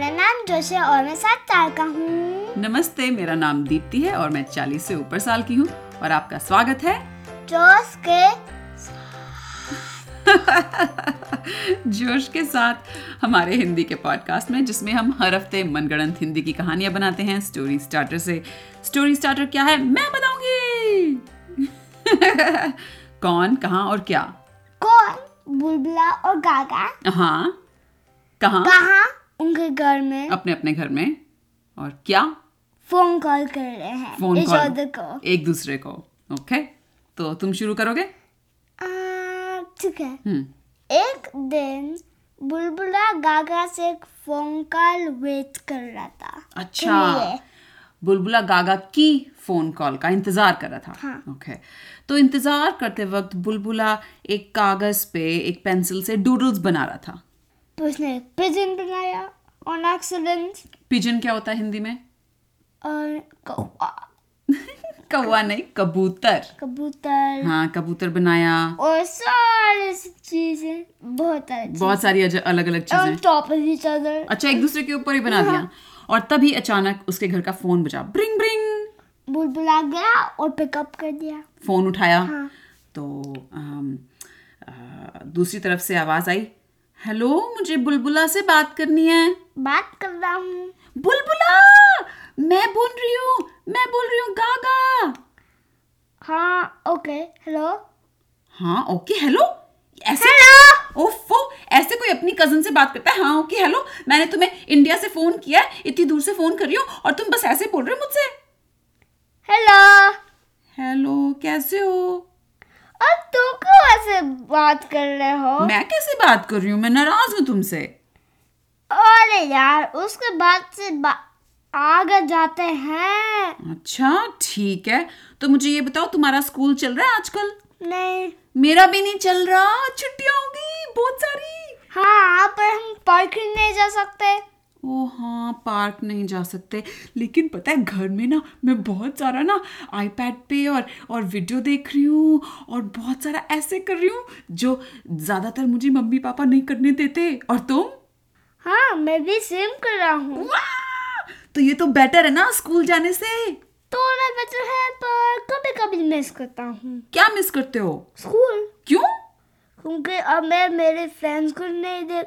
वर्ष है और मैं सात साल का हूँ नमस्ते मेरा नाम दीप्ति है और मैं 40 से ऊपर साल की हूँ और आपका स्वागत है जोश के जोश के साथ हमारे हिंदी के पॉडकास्ट में जिसमें हम हर हफ्ते मनगढ़ंत हिंदी की कहानियां बनाते हैं स्टोरी स्टार्टर से स्टोरी स्टार्टर क्या है मैं बताऊंगी कौन कहाँ और क्या कौन बुलबुला और गागा हाँ कहाँ कहाँ उनके घर में अपने अपने घर में और क्या फोन कॉल कर रहे हैं फोन इस औरत को कॉल एक दूसरे को ओके तो तुम शुरू करोगे आ, ठीक है हम्म एक दिन बुलबुला गागा से एक फोन कॉल वेट कर रहा था अच्छा लिए। बुलबुला गागा की फोन कॉल का इंतजार कर रहा था हाँ। ओके तो इंतजार करते वक्त बुलबुला एक कागज पे एक पेंसिल से डूडल्स बना रहा था तो उसने पिजन बनाया ऑन एक्सीडेंट पिजन क्या होता है हिंदी में और कौ- कौवा नहीं कबूतर कबूतर हाँ कबूतर बनाया और सारी चीजें बहुत अच्छी बहुत सारी अलग अलग चीजें on top of each other अच्छा एक दूसरे के ऊपर ही बना हाँ। दिया और तभी अचानक उसके घर का फोन बजा ब्रिंग ब्रिंग बुलबुला गया और पिकअप कर दिया फोन उठाया हाँ। तो अम, अ, दूसरी तरफ से आवाज आई हेलो मुझे बुलबुला से बात करनी है बात कर रहा हूँ बुलबुला मैं बोल रही हूँ मैं बोल रही हूँ गागा हाँ ओके हेलो हाँ ओके हेलो ऐसे ओफो ऐसे कोई अपनी कजन से बात करता है हाँ ओके हेलो मैंने तुम्हें इंडिया से फोन किया है इतनी दूर से फोन कर रही हो और तुम बस ऐसे बोल रहे हो मुझसे हेलो हेलो कैसे हो अब तुम क्यों ऐसे बात कर रहे हो मैं कैसे बात कर रही हूँ मैं नाराज हूँ तुमसे अरे यार उसके बाद से बा... आगे जाते हैं अच्छा ठीक है तो मुझे ये बताओ तुम्हारा स्कूल चल रहा है आजकल नहीं मेरा भी नहीं चल रहा छुट्टियां होगी बहुत सारी हाँ पर हम पार्किंग नहीं जा सकते ओ हाँ पार्क नहीं जा सकते लेकिन पता है घर में ना मैं बहुत सारा ना आईपैड पे और और वीडियो देख रही हूँ और बहुत सारा ऐसे कर रही हूँ जो ज़्यादातर मुझे मम्मी पापा नहीं करने देते और तुम हाँ मैं भी सेम कर रहा हूँ वाह! तो ये तो बेटर है ना स्कूल जाने से थोड़ा बेटर तो है पर कभी कभी मिस करता हूँ क्या मिस करते हो स्कूल क्यों क्योंकि अब मैं मेरे फ्रेंड्स को नहीं देख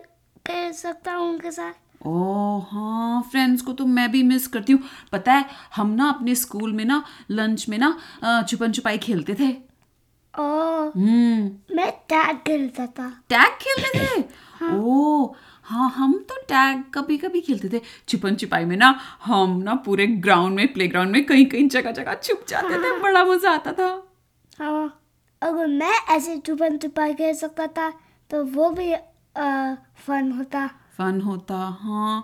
कर सकता हूँ उनके साथ ओ हाँ फ्रेंड्स को तो मैं भी मिस करती हूँ पता है हम ना अपने स्कूल में ना लंच में ना अ, छुपन छुपाई खेलते थे ओ हम्म Oh, मैं टैग खेलता था टैग खेलते थे ओ हाँ हम तो टैग कभी कभी खेलते थे छुपन छुपाई में ना हम ना पूरे ग्राउंड में प्लेग्राउंड में कहीं कहीं जगह जगह छुप जाते थे बड़ा मजा आता था हाँ अगर मैं ऐसे छुपन छुपा खेल सकता था तो वो भी फन होता फन होता हाँ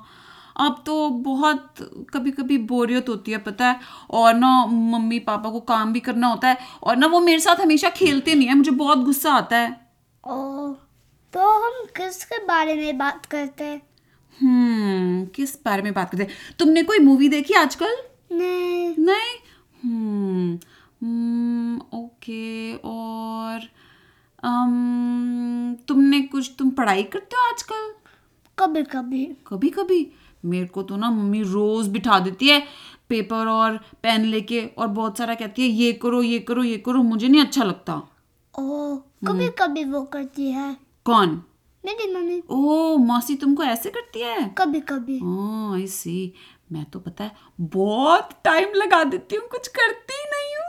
अब तो बहुत कभी कभी बोरियत होती है पता है और ना मम्मी पापा को काम भी करना होता है और ना वो मेरे साथ हमेशा खेलते नहीं है मुझे बहुत गुस्सा आता है ओ तो हम किसके बारे में बात करते हम्म किस बारे में बात करते हैं तुमने कोई मूवी देखी आजकल नहीं नहीं हम्म हम्म, ओके और अम, तुमने कुछ तुम पढ़ाई करते हो आजकल कभी कभी कभी कभी मेरे को तो ना मम्मी रोज बिठा देती है पेपर और पेन लेके और बहुत सारा कहती है ये करो ये करो ये करो मुझे नहीं अच्छा लगता ओ कभी कभी वो करती है कौन मेरी मम्मी ओ मौसी तुमको ऐसे करती है कभी कभी हाँ आई सी मैं तो पता है बहुत टाइम लगा देती हूँ कुछ करती ही नहीं हूँ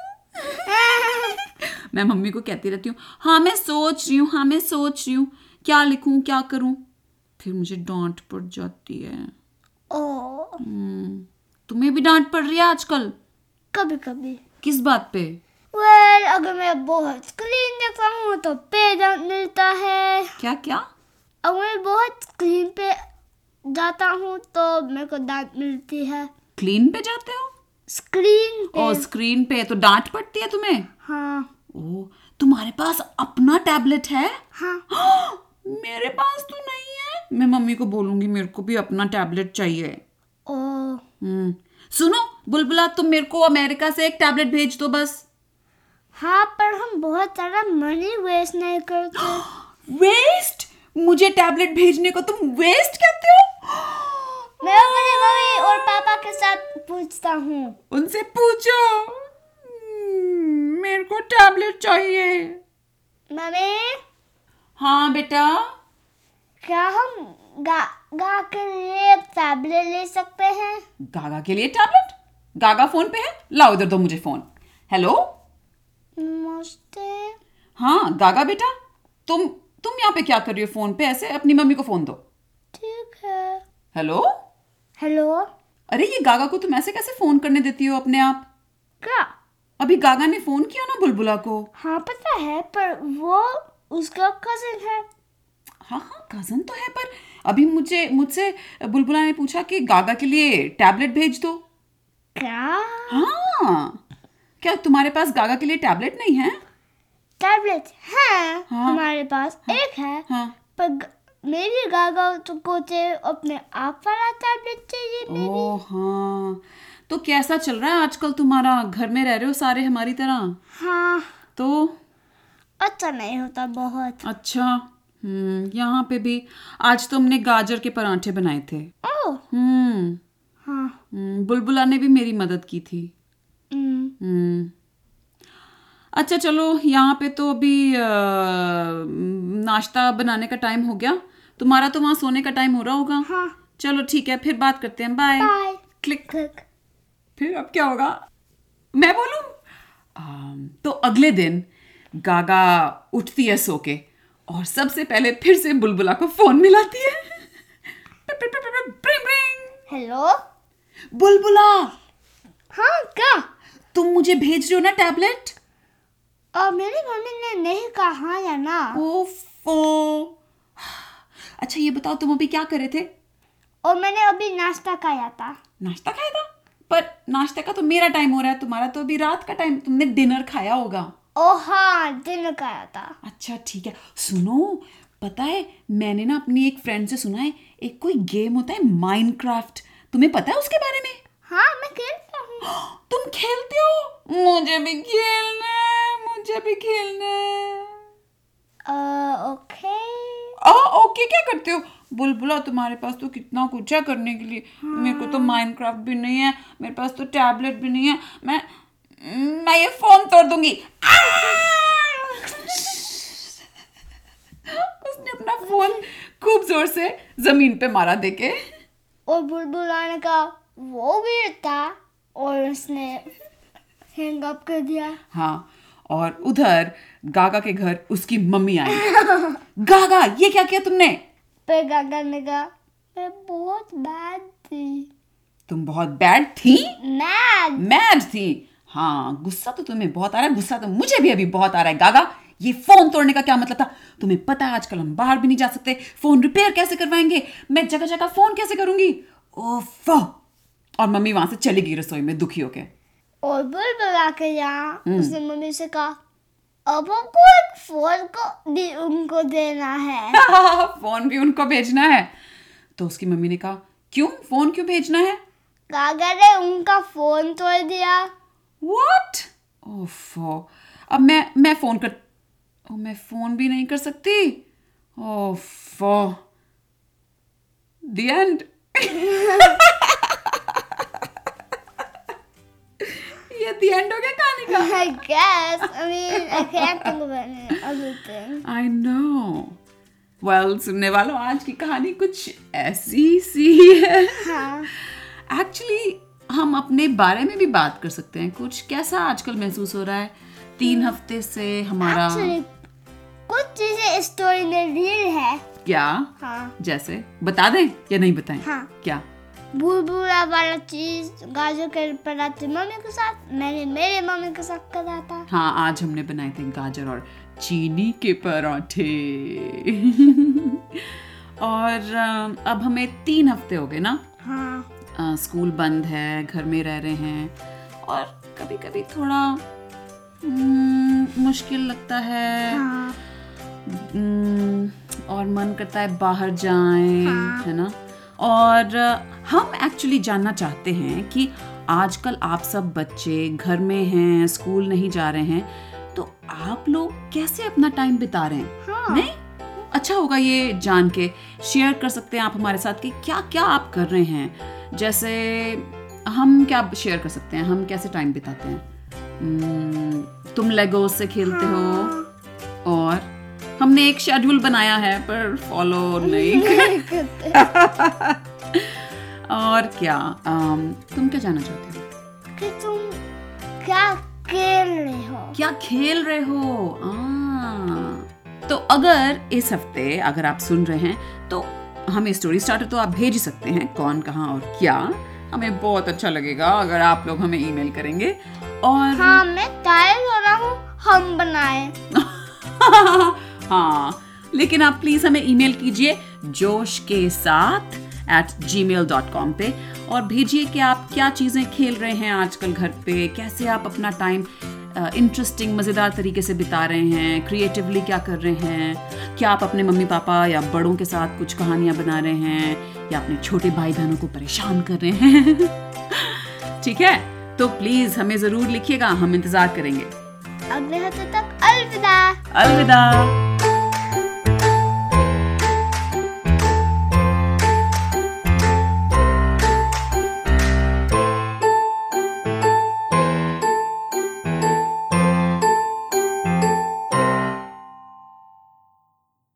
मैं मम्मी को कहती रहती हूँ हाँ मैं सोच रही हूँ हाँ मैं सोच रही हूँ क्या लिखूँ क्या करूँ फिर मुझे डांट पड़ जाती है ओ हम्म, तुम्हें भी डांट पड़ रही है आजकल कभी कभी किस बात पे वेल अगर मैं बहुत स्क्रीन देखता हूँ तो पे दर्द मिलता है क्या क्या अगर मैं बहुत स्क्रीन पे जाता हूँ तो मेरे को दांत मिलती है क्लीन पे जाते हो स्क्रीन पे ओ स्क्रीन पे तो डांट पड़ती है तुम्हें हाँ ओ तुम्हारे पास अपना टैबलेट है हाँ मेरे पास तो नहीं है मैं मम्मी को बोलूंगी मेरे को भी अपना टैबलेट चाहिए ओ हम्म सुनो बुलबुला तुम मेरे को अमेरिका से एक टैबलेट भेज दो बस हाँ पर हम बहुत सारा मनी वेस्ट नहीं करते वेस्ट मुझे टैबलेट भेजने को तुम वेस्ट कहते हो मैं अपनी मम्मी और पापा के साथ पूछता हूँ उनसे पूछो हम्म, मेरे को टैबलेट चाहिए मम्मी हाँ बेटा क्या हम गा गा के लिए टैबलेट ले सकते हैं गागा के लिए टैबलेट गागा फोन पे है लाओ इधर दो मुझे फोन हेलो नमस्ते हाँ गागा बेटा तुम तुम यहाँ पे क्या कर रही हो फोन पे ऐसे अपनी मम्मी को फोन दो ठीक है हेलो हेलो अरे ये गागा को तुम ऐसे कैसे फोन करने देती हो अपने आप क्या अभी गागा ने फोन किया ना बुलबुला को हाँ पता है पर वो उसका कजिन है हाँ हाँ कजन तो है पर अभी मुझे मुझसे बुलबुला ने पूछा कि गागा के लिए टैबलेट भेज दो क्या हाँ क्या तुम्हारे पास गागा के लिए टैबलेट नहीं है टैबलेट है हाँ। हमारे पास एक है हाँ पर ग- मेरी गागा तो को चाहिए अपने आप वाला टैबलेट चाहिए मेरे ओ हाँ तो कैसा चल रहा है आजकल तुम्हारा घर में रह रहे हो सारे हमारी तरह हाँ तो अच्छा नहीं होता बहुत अच्छा हम्म यहाँ पे भी आज तुमने गाजर के परांठे बनाए थे ओ हम्म हाँ हम्म, बुलबुला ने भी मेरी मदद की थी हम्म, हम्म अच्छा चलो यहाँ पे तो अभी अ, नाश्ता बनाने का टाइम हो गया तुम्हारा तो वहाँ सोने का टाइम हो रहा होगा हाँ चलो ठीक है फिर बात करते हैं बाय बाय क्लिक क्लिक फिर अब क्या होगा मैं बोलूं आम, तो अगले दिन गागा उठती है सो के और सबसे पहले फिर से बुलबुला को फोन मिलाती है पिप, पिप, पिप, पिप, ब्रिंग, ब्रिंग। हेलो बुलबुला हाँ क्या तुम मुझे भेज रहे हो ना टैबलेट और मेरी मम्मी ने नहीं कहा या ना ओफो अच्छा ये बताओ तुम अभी क्या कर रहे थे और मैंने अभी नाश्ता खाया था नाश्ता खाया था पर नाश्ते का तो मेरा टाइम हो रहा है तुम्हारा तो अभी रात का टाइम तुमने डिनर खाया होगा ओ हाँ दिन खाया था अच्छा ठीक है सुनो पता है मैंने ना अपनी एक फ्रेंड से सुना है एक कोई गेम होता है माइनक्राफ्ट तुम्हें पता है उसके बारे में हाँ मैं खेलता हूँ तुम खेलते हो मुझे भी खेलना है मुझे भी खेलना है अ, ओके आ, ओके क्या करते हो बुलबुला तुम्हारे पास तो कितना कुछ है करने के लिए मेरे को तो माइनक्राफ्ट भी नहीं है मेरे पास तो टैबलेट भी नहीं है मैं मैं ये फोन तोड़ दूंगी आ! उसने अपना फोन खूब जोर से जमीन पे मारा देके और बुलबुलाने का वो भी था और उसने हैंग अप कर दिया हाँ और उधर गागा के घर उसकी मम्मी आई गागा ये क्या किया तुमने पर गागा ने कहा मैं बहुत बैड थी तुम बहुत बैड थी मैड मैड थी हाँ गुस्सा तो तुम्हें बहुत आ रहा है गुस्सा तो मुझे भी अभी बहुत आ रहा है गागा ये फोन तोड़ने का क्या मतलब था तुम्हें पता है आजकल हम बाहर भी नहीं जा सकते फोन रिपेयर कैसे करवाएंगे मैं जगह जगह फोन कैसे करूंगी ओफ और मम्मी वहां से चली गई रसोई में दुखी होके और बुलबुला के यहाँ उसने मम्मी से कहा अब हमको एक फोन को दे उनको देना है फोन भी उनको भेजना है तो उसकी मम्मी ने कहा क्यों फोन क्यों भेजना है गागा ने उनका फोन तोड़ दिया व्हाट ओफो अब मैं मैं फोन कर ओ, मैं फोन भी नहीं कर सकती ओफो द एंड ये द एंड हो गया कहानी का I guess. I mean, I can't think of any other thing. I know well सुनने वालों आज की कहानी कुछ ऐसी सी है हाँ एक्चुअली हम अपने बारे में भी बात कर सकते हैं कुछ कैसा आजकल महसूस हो रहा है तीन हफ्ते से हमारा एक्चुअली कुछ चीजें इस स्टोरी में रियल है क्या हाँ जैसे बता दें या नहीं बताएं हाँ। क्या बुलबुला वाला चीज गाजर के पराठे मम्मी के साथ मैंने मेरे मम्मी के साथ करा था हाँ आज हमने बनाए थे गाजर और चीनी के पराठे और अम, अब हमें तीन हफ्ते हो गए ना हाँ अ, स्कूल बंद है घर में रह रहे हैं और कभी कभी थोड़ा अम, मुश्किल लगता है हाँ अम, हम्म, और मन करता है बाहर जाएं हाँ। है ना और अ, हम एक्चुअली जानना चाहते हैं कि आजकल आप सब बच्चे घर में हैं स्कूल नहीं जा रहे हैं तो आप लोग कैसे अपना टाइम बिता रहे हैं हाँ नहीं अच्छा होगा ये जान के शेयर कर सकते हैं आप हमारे साथ कि क्या क्या आप कर रहे हैं जैसे हम क्या शेयर कर सकते हैं हम कैसे टाइम बिताते हैं Hmm, तुम लेगो से खेलते हाँ। हो और हमने एक शेड्यूल बनाया है पर फॉलो नहीं करते और क्या अम, तुम क्या जानना चाहते हो कि तुम क्या खेल रहे हो क्या खेल रहे हो आ, तो अगर इस हफ्ते अगर आप सुन रहे हैं तो हमें स्टोरी स्टार्टर तो आप भेज ही सकते हैं कौन कहाँ और क्या हमें बहुत अच्छा लगेगा अगर आप लोग हमें ईमेल करेंगे और हाँ मैं टायर हो रहा हूँ हम बनाए हाँ लेकिन आप प्लीज हमें ईमेल कीजिए जोश के साथ at Gmail dot com पे और भेजिए कि आप क्या चीज़ें खेल रहे हैं आजकल घर पे कैसे आप अपना टाइम इंटरेस्टिंग मज़ेदार तरीके से बिता रहे हैं क्रिएटिवली क्या कर रहे हैं क्या आप अपने मम्मी पापा या बड़ों के साथ कुछ कहानियाँ बना रहे हैं या अपने छोटे भाई बहनों को परेशान कर रहे हैं ठीक है तो प्लीज़ हमें ज़रूर लिखिएगा हम इंतज़ार करेंगे अगले हफ्ते तक अलविदा अलविदा